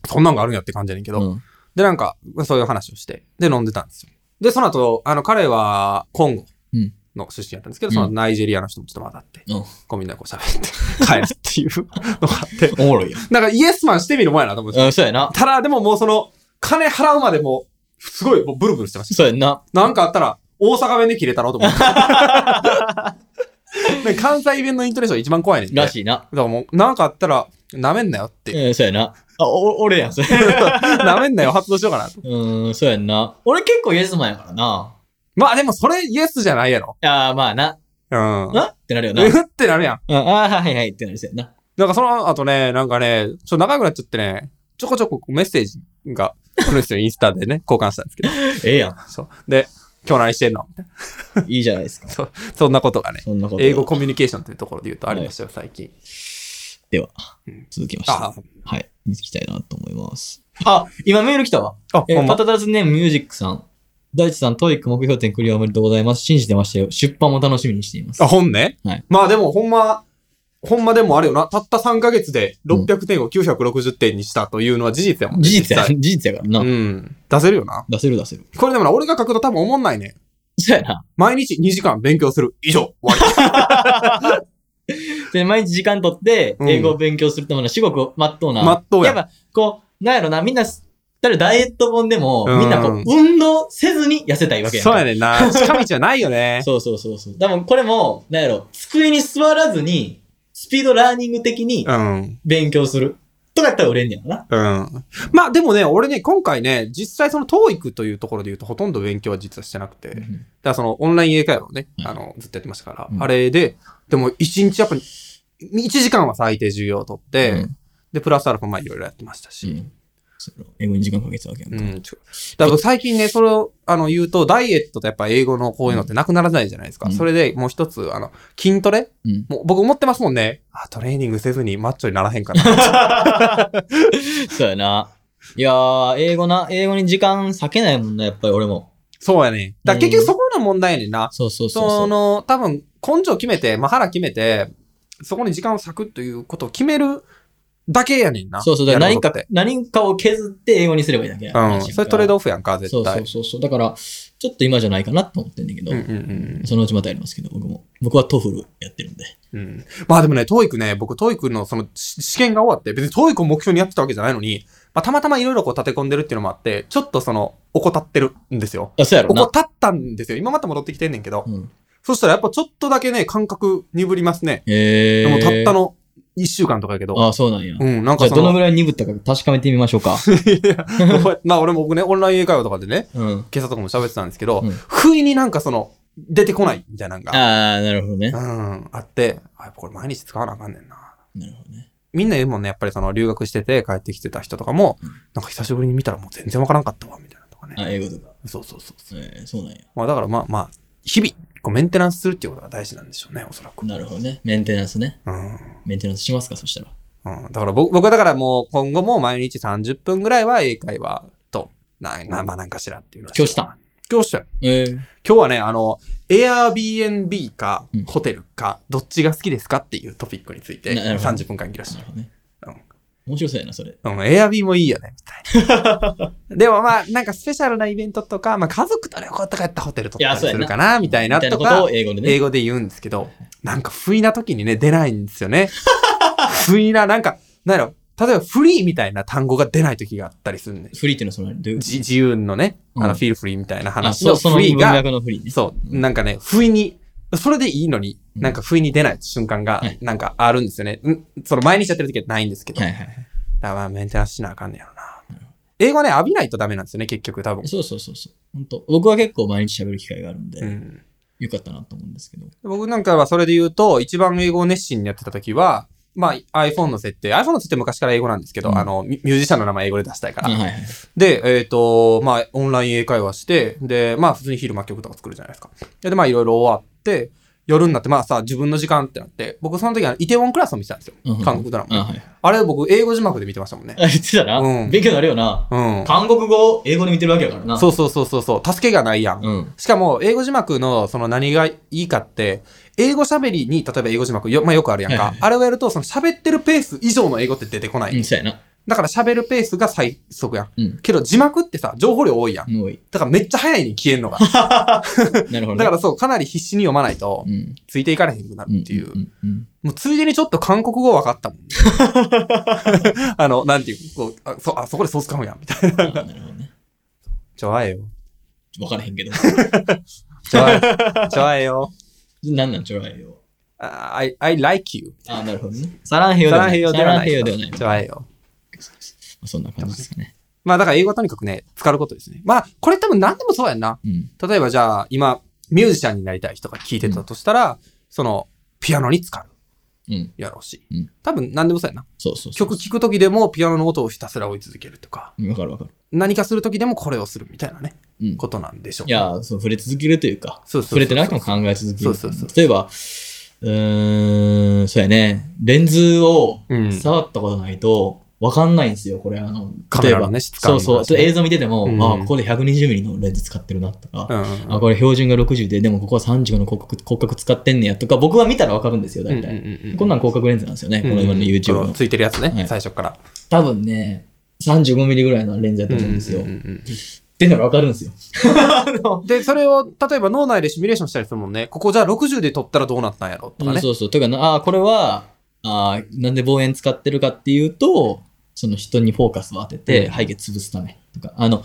[SPEAKER 1] そんなんがあるんやって感じやねんけど。
[SPEAKER 2] うん。
[SPEAKER 1] で、なんか、そういう話をして、で、飲んでたんですよ。で、その後、あの、彼は、コンゴ
[SPEAKER 2] うん
[SPEAKER 1] の出身やったんですけど、その後ナイジェリアの人もちょっと混ざって、
[SPEAKER 2] うん
[SPEAKER 1] こうみんなでこう喋って、帰るっていうのがあって、
[SPEAKER 2] おもろいよ。
[SPEAKER 1] なんかイエスマンしてみるもんやなと思って
[SPEAKER 2] うん、そうやな。
[SPEAKER 1] た。ただ、でももうその、金払うまでもう、すごい、もうブルブルしてまし
[SPEAKER 2] そうやんな。
[SPEAKER 1] た。なんかあったら、大阪弁で切れたろうと
[SPEAKER 2] [LAUGHS]
[SPEAKER 1] 思って。で関西弁のイントネーション一番怖いねんて
[SPEAKER 2] らしいな。
[SPEAKER 1] だからもう、なんかあったら、舐めんなよって。
[SPEAKER 2] うん、そうやな。あ、お、俺やん、そ
[SPEAKER 1] [LAUGHS]
[SPEAKER 2] れ。
[SPEAKER 1] 舐めんなよ、発動しようかなと。
[SPEAKER 2] うん、そうやんな。俺結構イエスマンやからな。
[SPEAKER 1] まあでも、それイエスじゃないやろ。
[SPEAKER 2] ああ、まあな。
[SPEAKER 1] うん。
[SPEAKER 2] なってなるよな。
[SPEAKER 1] えふってなるやん。
[SPEAKER 2] うん、ああ、はいはいってなるそうやな。
[SPEAKER 1] なんかその後ね、なんかね、ちょっと仲良くなっちゃってね、ちょこちょこメッセージが来るんですよ、インスタでね、 [LAUGHS] 交換したんですけど。
[SPEAKER 2] ええやん。
[SPEAKER 1] そう。で、今日何してんの
[SPEAKER 2] いいじゃないですか。
[SPEAKER 1] そんなことがね、
[SPEAKER 2] そんなこと。
[SPEAKER 1] 英語コミュニケーションというところで言うとありましたよ、最近。
[SPEAKER 2] では
[SPEAKER 1] うん、
[SPEAKER 2] 続きまして。
[SPEAKER 1] あ
[SPEAKER 2] は、い。見ていきたいなと思います。あ、今メール来たわ。
[SPEAKER 1] あ、
[SPEAKER 2] え
[SPEAKER 1] ほん
[SPEAKER 2] ー、パ
[SPEAKER 1] ま。
[SPEAKER 2] タタズネームミュージックさん。大地さん、トイック目標点クリアおめでとうございます。信じてましたよ。出版も楽しみにしています。
[SPEAKER 1] あ、本ね
[SPEAKER 2] はい
[SPEAKER 1] まあでも、ほんま、ほんまでもあれよな、たった3ヶ月で600点を960点にしたというのは事実やもんね。
[SPEAKER 2] 事実や、
[SPEAKER 1] 実際
[SPEAKER 2] [LAUGHS] 事実やからな。
[SPEAKER 1] うん。出せるよな。
[SPEAKER 2] 出せる出せる。
[SPEAKER 1] これでもな、俺が書くと多分思んないね。
[SPEAKER 2] そうやな。
[SPEAKER 1] 毎日2時間勉強する。以上。終わ
[SPEAKER 2] で、毎日時間取って、
[SPEAKER 1] うん
[SPEAKER 2] 英語を勉強するための至極をまっとうな。
[SPEAKER 1] まっとうや
[SPEAKER 2] やっぱ、こう、なんやろな、みんな、誰ダイエット本でも、
[SPEAKER 1] うん
[SPEAKER 2] みんなこう、運動せずに痩せたいわけ
[SPEAKER 1] り。
[SPEAKER 2] やんか。
[SPEAKER 1] そうやねん [LAUGHS] な。近道はないよね。
[SPEAKER 2] そうそうそうそう。多分これも、なんやろ、机に座らずに、スピードラーニング的に
[SPEAKER 1] うん。
[SPEAKER 2] 勉強する。とかやったら売れんねやろな。
[SPEAKER 1] うん。まあでもね、俺ね、今回ね、実際その TOEIC というところで言うと、ほとんど勉強は実はしてなくて、だからそのオンライン英会話をね、
[SPEAKER 2] うん
[SPEAKER 1] あの、ずっとやってましたから、
[SPEAKER 2] うん
[SPEAKER 1] あれで、でも一日やっぱり、1時間は最低授業を取って、
[SPEAKER 2] うん
[SPEAKER 1] で、プラスアルファまあいろいろやってましたし、
[SPEAKER 2] ん。そうやろ英語に時間かけてたわけやん
[SPEAKER 1] う
[SPEAKER 2] か。
[SPEAKER 1] ん。ちょだから最近ね、それを、あの、言うと、ダイエットとやっぱ英語のこういうのってなくならないじゃないですか。
[SPEAKER 2] うん
[SPEAKER 1] それでもう一つ、あの、筋トレ
[SPEAKER 2] うん
[SPEAKER 1] もう僕思ってますもんね。あ、トレーニングせずにマッチョにならへんかな。
[SPEAKER 2] そうやな。いやー、英語な、英語に時間割けないもんな、やっぱり俺も。
[SPEAKER 1] そうやね。だから結局そこの問題やねんな。
[SPEAKER 2] そうそうそうそ。
[SPEAKER 1] そうの、多分、根性決めて、まあ、腹決めて、そこに時間を割くということを決めるだけやねんな。
[SPEAKER 2] そうそう、だから
[SPEAKER 1] やる
[SPEAKER 2] 何
[SPEAKER 1] こと
[SPEAKER 2] か
[SPEAKER 1] っ、
[SPEAKER 2] 何かを削って英語にすればいいだけや
[SPEAKER 1] てうん。それトレードオフやんか、絶
[SPEAKER 2] そうそ
[SPEAKER 1] 対
[SPEAKER 2] う。そうそう。だから、ちょっと今じゃないかなと思ってんだけど、
[SPEAKER 1] うんうん
[SPEAKER 2] そのうちまたやりますけど、僕も。僕はトフルやってるんで。
[SPEAKER 1] うん。うん。まあでもね、トーイックね、僕、トーイックのそのし試験が終わって、別にトーイックを目標にやってたわけじゃないのに、まあたまたまいろいろこう立て込んでるっていうのもあって、ちょっとその、怠ってるんですよ。
[SPEAKER 2] あ、そうやろうな。
[SPEAKER 1] 怠ったんですよ。今また戻ってきてんねんけど。
[SPEAKER 2] うん。
[SPEAKER 1] そしたらやっぱちょっとだけね、感覚鈍りますね。
[SPEAKER 2] えー。
[SPEAKER 1] でもたったの1週間とかやけど。
[SPEAKER 2] あ、そうなんや。
[SPEAKER 1] うん、なんか
[SPEAKER 2] じゃあ、
[SPEAKER 1] そ
[SPEAKER 2] どの
[SPEAKER 1] の
[SPEAKER 2] ぐ、らい鈍ったか確かめてみましょ
[SPEAKER 1] [LAUGHS]
[SPEAKER 2] うか。
[SPEAKER 1] こうやってまあ俺も僕ね、オンライン英会話とかでね、
[SPEAKER 2] うん。
[SPEAKER 1] 今朝とかも喋ってたんですけど、
[SPEAKER 2] うん
[SPEAKER 1] 不意になんかその、出てこないみたいなのが、
[SPEAKER 2] ああ、なるほどね
[SPEAKER 1] う。ん、あって、あ、やっぱこれ毎日使わなあかんねんな。
[SPEAKER 2] なるほどね。
[SPEAKER 1] みんな言うもんね、やっぱりその留学してて帰ってきてた人とかも、
[SPEAKER 2] うん
[SPEAKER 1] なんか久しぶりに見たらもう全然わからんかったわ、みたいなとかね。
[SPEAKER 2] あ、英語とか。
[SPEAKER 1] そうそうそうそう。
[SPEAKER 2] えーそうなんや。
[SPEAKER 1] まあだからまあまあ、日々、こうメンテナンスするっていうことが大事なんでしょうね、おそらく。
[SPEAKER 2] なるほどね。メンテナンスね。
[SPEAKER 1] うん。
[SPEAKER 2] メンテナンスしますか、そしたら。
[SPEAKER 1] うん、だから僕、僕はだからもう今後も毎日30分ぐらいは英会話と、な、なまあなんかしらっていうのは
[SPEAKER 2] 今日したん
[SPEAKER 1] 今日したよ
[SPEAKER 2] えー、
[SPEAKER 1] 今日はね、あの、Airbnb か
[SPEAKER 2] うん
[SPEAKER 1] ホテルか、どっちが好きですかっていうトピックについて
[SPEAKER 2] ななるほど
[SPEAKER 1] 30分間議論し
[SPEAKER 2] な
[SPEAKER 1] た
[SPEAKER 2] る。ほどね。面白そうやな、それ。
[SPEAKER 1] うん、Airb もいいよね、み
[SPEAKER 2] [LAUGHS]
[SPEAKER 1] たいな。でもまあ、なんかスペシャルなイベントとか、まあ家族と旅行とかやったらホテル取ったり
[SPEAKER 2] いやそう
[SPEAKER 1] す
[SPEAKER 2] やな
[SPEAKER 1] るかな、みたいな
[SPEAKER 2] みたいな
[SPEAKER 1] と
[SPEAKER 2] こと
[SPEAKER 1] か
[SPEAKER 2] を、英語でね。
[SPEAKER 1] 英語で言うんですけど、なんか不意な時にね、出ないんですよ
[SPEAKER 2] [LAUGHS]
[SPEAKER 1] ね。不意な、なんか、なんやろ、例えばフリーみたいな単語が出ない時があったりするんで、
[SPEAKER 2] フリーっていうのはその、どういう
[SPEAKER 1] じ自由のね、あ
[SPEAKER 2] うん
[SPEAKER 1] の、フィールフリーみたいな
[SPEAKER 2] あ、
[SPEAKER 1] 話
[SPEAKER 2] そ
[SPEAKER 1] の
[SPEAKER 2] う、その
[SPEAKER 1] フリ
[SPEAKER 2] 文
[SPEAKER 1] ーが、
[SPEAKER 2] 脈のフリーね。
[SPEAKER 1] そう、なんかね、不意に、それでいいのに、
[SPEAKER 2] うん
[SPEAKER 1] なんか不意に出ない瞬間が
[SPEAKER 2] はい、
[SPEAKER 1] なんかあるんですよね。うんその毎日やってる時はないんですけど、
[SPEAKER 2] は
[SPEAKER 1] だ
[SPEAKER 2] い
[SPEAKER 1] か
[SPEAKER 2] はいはい。
[SPEAKER 1] らまあメンテナンスしなあかんねやろな。英語ね、浴びないとダメなんですよね、結局、多分。
[SPEAKER 2] そうそうそうそう。本当僕は結構毎日喋る機会があるんで、
[SPEAKER 1] うん
[SPEAKER 2] よかったなと思うんですけど。
[SPEAKER 1] 僕なんかはそれで言うと、一番英語を熱心にやってた時は、まあ iPhone の設定、iPhone の設定昔から英語なんですけど、
[SPEAKER 2] うん
[SPEAKER 1] あの、ミミュージシャンの名前英語で出したいから。
[SPEAKER 2] あはいはい。
[SPEAKER 1] で、えっ、と、まあオンライン英会話して、で、まあ普通に昼間曲とか作るじゃないですか。で、まあいろいろ終わって、夜になって、まあさ、自分の時間ってなって、僕その時はイテウォンクラスを見てたんですよ
[SPEAKER 2] うんうん。
[SPEAKER 1] 韓国ドラマ。
[SPEAKER 2] あはい。
[SPEAKER 1] あれ僕英語字幕で見てましたもんね。
[SPEAKER 2] あ言ってたな、
[SPEAKER 1] うん
[SPEAKER 2] 勉強になるよな。
[SPEAKER 1] うん。
[SPEAKER 2] 韓国語を英語で見てるわけやからな。
[SPEAKER 1] そうそうそうそうそう、助けがないやん。
[SPEAKER 2] うん。
[SPEAKER 1] しかも、英語字幕のその何がいいかって、英語喋りに、例えば英語字幕よ,、まあ、よくあるやん
[SPEAKER 2] はいは
[SPEAKER 1] か
[SPEAKER 2] い。
[SPEAKER 1] あれをやると、その喋ってるペース以上の英語って出てこな
[SPEAKER 2] う
[SPEAKER 1] い。
[SPEAKER 2] ん、そうやな。
[SPEAKER 1] だから喋るペースが最速やん。
[SPEAKER 2] うん。
[SPEAKER 1] けど字幕ってさ、情報量多いやん。
[SPEAKER 2] も
[SPEAKER 1] [LAUGHS]
[SPEAKER 2] うい
[SPEAKER 1] だからめっちゃ早いに消えん
[SPEAKER 2] [LAUGHS]
[SPEAKER 1] のが。
[SPEAKER 2] いなるほど、ね。
[SPEAKER 1] だからそう、かなり必死に読まないと
[SPEAKER 2] う、ん、
[SPEAKER 1] ついていかれへんくな
[SPEAKER 2] うん。
[SPEAKER 1] るっていう。
[SPEAKER 2] んうん
[SPEAKER 1] もうついでにちょっと韓国語分かったも
[SPEAKER 2] [LAUGHS]
[SPEAKER 1] ん。あの、なんていう、こう、あ、そ、あそこでソース買うんやん、みたいな。
[SPEAKER 2] うん、あなるほどね。
[SPEAKER 1] ちょあえよ。
[SPEAKER 2] わからへんけど。 [LAUGHS]
[SPEAKER 1] ちょあえ。ちょあえよ。
[SPEAKER 2] なんなん、ちょろいよ。
[SPEAKER 1] あ I, I like you.
[SPEAKER 2] あなるほどね。サランヘヨ
[SPEAKER 1] サ
[SPEAKER 2] で
[SPEAKER 1] ラ
[SPEAKER 2] は
[SPEAKER 1] ン
[SPEAKER 2] ない。
[SPEAKER 1] ヘヨではない。
[SPEAKER 2] サランヘヨではない。
[SPEAKER 1] ちょあえよ。
[SPEAKER 2] まあそんな感じですかね。
[SPEAKER 1] まあだから英語はとにかくね、使うことですね。まあ、これ多分何でもそうやんな。
[SPEAKER 2] うん。
[SPEAKER 1] 例えばじゃあ、今、ミュージシャンになりたい人が聞いてたとしたら、その、ピアノに使う
[SPEAKER 2] うん。
[SPEAKER 1] やろうし。
[SPEAKER 2] うん
[SPEAKER 1] 多分何でもそうやんな。
[SPEAKER 2] そうそうそう。
[SPEAKER 1] 曲聴くときでもピアノの音をひたすら追い続けるとか、
[SPEAKER 2] うんわかるわかる。
[SPEAKER 1] 何かするときでもこれをするみたいなね、
[SPEAKER 2] うん。い
[SPEAKER 1] ことなんでしょう。、
[SPEAKER 2] や、そう、触れ続けるというか、
[SPEAKER 1] そうそうそう
[SPEAKER 2] 触れてなくても考え続ける。
[SPEAKER 1] そうそうそう
[SPEAKER 2] 例えば、うーん、そうやね。レンズを
[SPEAKER 1] うん
[SPEAKER 2] 触ったことないと、わかんないんですよ、これ。あの、
[SPEAKER 1] カメ
[SPEAKER 2] 例え
[SPEAKER 1] ラ
[SPEAKER 2] ば
[SPEAKER 1] のね、質感
[SPEAKER 2] そ
[SPEAKER 1] の
[SPEAKER 2] う
[SPEAKER 1] 話ね
[SPEAKER 2] そう。ちょっと映像見てても、
[SPEAKER 1] うん
[SPEAKER 2] あ、ここで 120mm のレンズ使ってるなとか、
[SPEAKER 1] うん
[SPEAKER 2] あ、これ標準が60で、でもここは35の骨格骨格使ってんねやとか、僕は見たらわかるんですよ、
[SPEAKER 1] うんう
[SPEAKER 2] 大
[SPEAKER 1] ん
[SPEAKER 2] 体。
[SPEAKER 1] うんうん。
[SPEAKER 2] こんなん広角レンズなんですよね、この今の YouTube
[SPEAKER 1] こ
[SPEAKER 2] の
[SPEAKER 1] の。ついてるやつね、
[SPEAKER 2] はい
[SPEAKER 1] 最初から。
[SPEAKER 2] 多分ね、35mm ぐらいのレンズだと思うんですよ。
[SPEAKER 1] う
[SPEAKER 2] っ
[SPEAKER 1] んうん
[SPEAKER 2] ていうのがわかるんですよ。あの
[SPEAKER 1] で、それを、例えば脳内でシミュレーションしたりするもんね。ここじゃあ60で撮ったらどうなったんやろとか
[SPEAKER 2] うん
[SPEAKER 1] ね。
[SPEAKER 2] そうそう。というかな、ああー、これは、あーなんで望遠使ってるかっていうと、その人にフォーカスを当てて
[SPEAKER 1] うん
[SPEAKER 2] 背景潰すためとか、あの、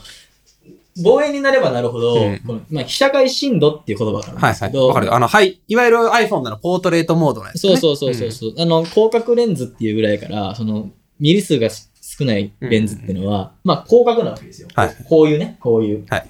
[SPEAKER 2] 望遠になればなるほど、
[SPEAKER 1] うん
[SPEAKER 2] このまあ、被写界深度っていう言葉があるん
[SPEAKER 1] は
[SPEAKER 2] で
[SPEAKER 1] い
[SPEAKER 2] す
[SPEAKER 1] は
[SPEAKER 2] け
[SPEAKER 1] い。
[SPEAKER 2] ど、
[SPEAKER 1] わかるよ。あの、はい。いわゆる iPhone ならポートレートモードのやつ、
[SPEAKER 2] そ
[SPEAKER 1] ね。
[SPEAKER 2] うそうそうそうそう、あの広角レンズっていうぐらいだからそのミリ数がし少ないレンズっていうのは、まあ広角なわけですよ、
[SPEAKER 1] はい
[SPEAKER 2] こういうねこういう、
[SPEAKER 1] はい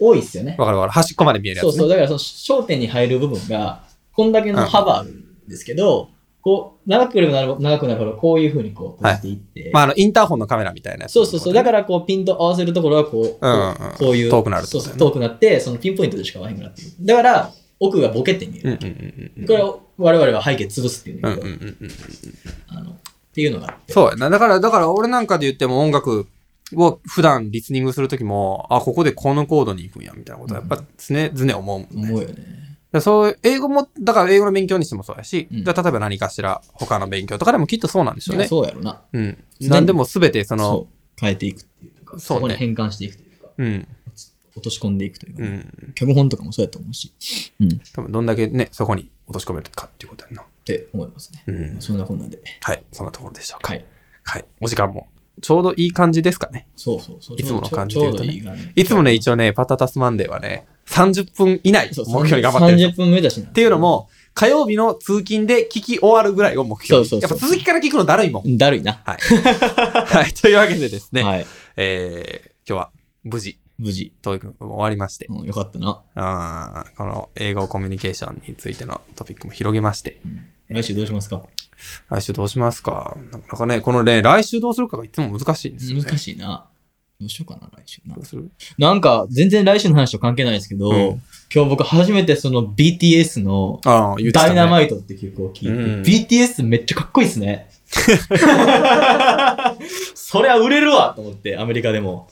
[SPEAKER 2] 多いっすよね
[SPEAKER 1] うんわかるわかる。端っこまで見えるやつ、
[SPEAKER 2] そ
[SPEAKER 1] ね。
[SPEAKER 2] うそうだからその焦点に入る部分がこんだけの幅あるんですけど、こう長くなれば長くなるほどこういうふうにこう閉じていって、
[SPEAKER 1] まあ、あの、インターホンのカメラみたいなやつ。
[SPEAKER 2] そうそうそうだからこうピント合わせるところはこう,こう、
[SPEAKER 1] うんうん
[SPEAKER 2] こういう
[SPEAKER 1] 遠くなるって
[SPEAKER 2] そ
[SPEAKER 1] こ
[SPEAKER 2] う
[SPEAKER 1] とだ
[SPEAKER 2] そ
[SPEAKER 1] よね
[SPEAKER 2] う遠くなってそのピンポイントでしか合わへんくなってるだから奥がボケて見え
[SPEAKER 1] うん
[SPEAKER 2] る
[SPEAKER 1] う、んうんうん。
[SPEAKER 2] これを我々は背景潰すっていうん
[SPEAKER 1] う
[SPEAKER 2] だ
[SPEAKER 1] ん
[SPEAKER 2] けど、
[SPEAKER 1] うんうんうん。
[SPEAKER 2] あのっていうのがあって
[SPEAKER 1] そうやな。だから、だから俺なんかで言っても音楽を普段リスニングするときも、あ、ここでこのコードに行くんや、みたいなことはやっぱ常々思うもんね。
[SPEAKER 2] 思うよ
[SPEAKER 1] だ
[SPEAKER 2] ね。
[SPEAKER 1] からそう、英語も、だから英語の勉強にしてもそうやし、
[SPEAKER 2] うん
[SPEAKER 1] じゃあ例えば何かしら他の勉強とかでもきっとそうなんでしょうね。
[SPEAKER 2] そうやろな。
[SPEAKER 1] うん。何でもすべてその、
[SPEAKER 2] そう変えていくっていうか、
[SPEAKER 1] そうね
[SPEAKER 2] こに変換していくというか、
[SPEAKER 1] うん。
[SPEAKER 2] 落とし込んでいくというか、
[SPEAKER 1] うん。
[SPEAKER 2] 脚本とかもそうやと思うし、うん、っ
[SPEAKER 1] 多分どんだけね、そこに落とし込めるかっていうことやんな。
[SPEAKER 2] て思いますね。
[SPEAKER 1] うん。
[SPEAKER 2] そんなこんなんで。
[SPEAKER 1] はい。そんなところでしょうか。
[SPEAKER 2] はい。
[SPEAKER 1] はい。お時間も、ちょうどいい感じですかね。
[SPEAKER 2] そうそうそう。
[SPEAKER 1] いつもの感じ
[SPEAKER 2] ち
[SPEAKER 1] で言
[SPEAKER 2] ょう
[SPEAKER 1] う
[SPEAKER 2] ど
[SPEAKER 1] とね
[SPEAKER 2] いい感じ。
[SPEAKER 1] いつもね、一応ね、パタタスマンデーはね、30分以内、
[SPEAKER 2] そう、
[SPEAKER 1] 目標に頑張ってるんですよ。
[SPEAKER 2] 30分目だしな。っ
[SPEAKER 1] っていうの、も、火曜日の通勤で聞き終わるぐらいを目標に。
[SPEAKER 2] そうそうそ
[SPEAKER 1] や
[SPEAKER 2] う
[SPEAKER 1] っぱ続きから聞くのだるいもん。
[SPEAKER 2] だるいな。 [LAUGHS]
[SPEAKER 1] はい。はい。というわけでですね、
[SPEAKER 2] はい。
[SPEAKER 1] えー、今日は無事、
[SPEAKER 2] 無事。
[SPEAKER 1] 教育も終わりまして、
[SPEAKER 2] うん、よかったな。
[SPEAKER 1] あーこの英語コミュニケーションについてのトピックも広げまして、
[SPEAKER 2] 来週どうしますか
[SPEAKER 1] 来週どうしますかなかなかね、このね、来週どうするかがいつも難しいんですよね。
[SPEAKER 2] 難しいな。どうしようかな、来週な
[SPEAKER 1] どう。する
[SPEAKER 2] なんか、全然来週の話と関係ないですけど、
[SPEAKER 1] うん
[SPEAKER 2] 今日僕初めてその BTS の
[SPEAKER 1] ああ、言ってた、
[SPEAKER 2] ダ
[SPEAKER 1] ね。
[SPEAKER 2] イナマイトって曲を聞いて、BTS めっちゃかっこいいっすね。そりゃ売れるわと思って、アメリカでも。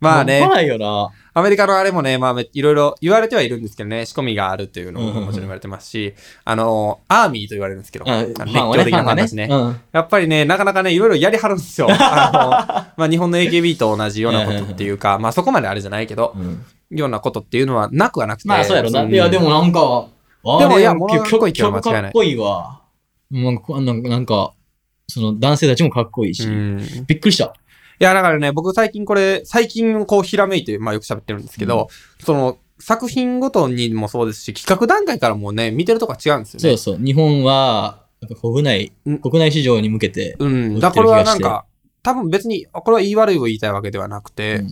[SPEAKER 1] まあ
[SPEAKER 2] 来
[SPEAKER 1] ね、
[SPEAKER 2] ないよな。
[SPEAKER 1] アメリカのあれもね、まあ、いろいろ言われてはいるんですけどね、仕込みがあるっていうのももちろん言われてますし、あの、アーミーと言われるんですけど、あの熱狂的なファンたちね。
[SPEAKER 2] うん。
[SPEAKER 1] やっぱりね、なかなかね、いろいろやりはるんです
[SPEAKER 2] [LAUGHS]
[SPEAKER 1] よ。あの、まあ、日本の AKB と同じようなことっていうか、まあ、そこまであれじゃないけど、
[SPEAKER 2] うん
[SPEAKER 1] ようなことっていうのはなくはなくて。
[SPEAKER 2] まあ、そうやろな。
[SPEAKER 1] ん
[SPEAKER 2] いや、でもなんか、あ
[SPEAKER 1] でも
[SPEAKER 2] れ
[SPEAKER 1] いや物かっこいいっていうのは間
[SPEAKER 2] 曲
[SPEAKER 1] 違い
[SPEAKER 2] か
[SPEAKER 1] な
[SPEAKER 2] っ
[SPEAKER 1] い
[SPEAKER 2] こいいわ。なんか、なんかなんか、その男性たちもかっこいいし。
[SPEAKER 1] うん。い
[SPEAKER 2] びっくりした。
[SPEAKER 1] や、だからね、僕最近これ、最近こう、ひらめいて、まあ、よく喋ってるんですけど、その、作品ごとにもそうですし、企画段階からもうね、見てるとこが違うんですよね。
[SPEAKER 2] そうそう。日本は、やっぱ国内
[SPEAKER 1] うん、
[SPEAKER 2] 国内市場に向けて。
[SPEAKER 1] うん。だからこれはなんか、多分別に、これは言い悪いを言いたいわけではなくて、
[SPEAKER 2] うん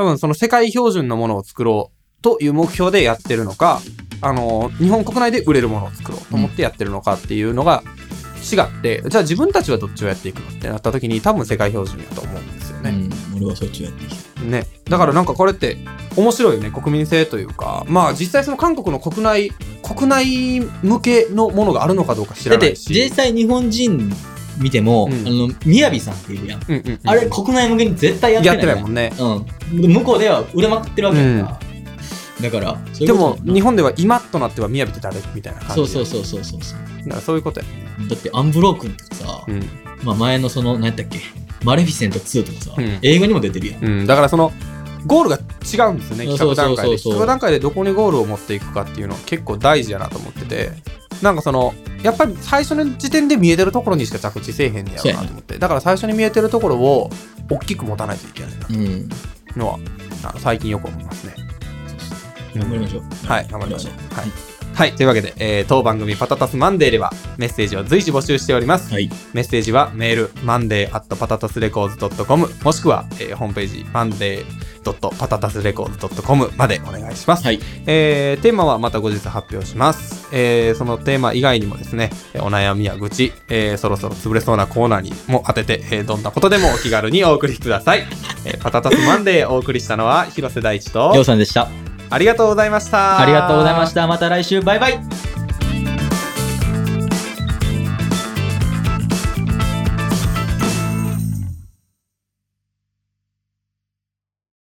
[SPEAKER 1] 多分その世界標準のものを作ろうという目標でやってるのか、あの、日本国内で売れるものを作ろうと思ってやってるのかっていうのが違って、じゃあ自分たちはどっちをやっていくのってなった時に多分世界標準やと思うんですよね。
[SPEAKER 2] うん俺はそっちをやってきた。
[SPEAKER 1] ね。だからなんかこれって面白いよね。国民性というか、まあ実際その韓国の国内、国内向けのものがあるのかどうか知
[SPEAKER 2] だ
[SPEAKER 1] ら
[SPEAKER 2] っ
[SPEAKER 1] な
[SPEAKER 2] て、
[SPEAKER 1] い
[SPEAKER 2] 実
[SPEAKER 1] し。
[SPEAKER 2] 際日本人見ても、
[SPEAKER 1] うん
[SPEAKER 2] あの、みやびさんっているやん。
[SPEAKER 1] うんうんうん
[SPEAKER 2] あれ、国内向けに絶対やって
[SPEAKER 1] や
[SPEAKER 2] な
[SPEAKER 1] っ
[SPEAKER 2] い
[SPEAKER 1] て
[SPEAKER 2] やん。
[SPEAKER 1] ないもんね。
[SPEAKER 2] うん。向こうでは売れまくってるわけやから。だから、そうい
[SPEAKER 1] で
[SPEAKER 2] うこと
[SPEAKER 1] も
[SPEAKER 2] やんな
[SPEAKER 1] 日本では今となっては宮城って誰みたいな感じ
[SPEAKER 2] そうそう
[SPEAKER 1] そ
[SPEAKER 2] そうそうそうそう。
[SPEAKER 1] うだからそういうことや、
[SPEAKER 2] だって、アンブロー君とかさ、
[SPEAKER 1] うん
[SPEAKER 2] まあ前のその、何やったっけ、マレフィセント2とかさ、
[SPEAKER 1] うん
[SPEAKER 2] 映画にも出てるやん。
[SPEAKER 1] うん、だからそのゴールが違うんですよね
[SPEAKER 2] そ
[SPEAKER 1] 企
[SPEAKER 2] う
[SPEAKER 1] 画段階
[SPEAKER 2] そ
[SPEAKER 1] で
[SPEAKER 2] うそうそうそ
[SPEAKER 1] 企
[SPEAKER 2] う
[SPEAKER 1] 画段階でどこにゴールを持っていくかっていうのは結構大事やなと思っててなんかそのやっぱり最初の時点で見えてるところにしか着地せえへんねやろうなと思ってだから最初に見えてるところを大きく持たないといけないなって
[SPEAKER 2] うん。
[SPEAKER 1] いうのはあの最近よく思いますね
[SPEAKER 2] 頑張りましょう。
[SPEAKER 1] はい、頑張りましょ
[SPEAKER 2] 頑
[SPEAKER 1] う。はい。はい、というわけで、えー当番組パタタスマンデーではメッセージを随時募集しております。
[SPEAKER 2] はい
[SPEAKER 1] メッセージはメール monday.patatasrecords.com もしくは、えーホームページ monday.patatasrecords.com までお願いします。
[SPEAKER 2] はい
[SPEAKER 1] えーテーマはまた後日発表します。えーそのテーマ以外にもですね、えーお悩みや愚痴、えーそろそろ潰れそうなコーナーにも当てて、えーどんなことでもお気軽にお送りください。えーパタタスマンデーお送りしたのは広瀬大地と
[SPEAKER 2] りょうさんでした。
[SPEAKER 1] ありがとうございました。
[SPEAKER 2] ありがとうございました。また来週、バイバイ。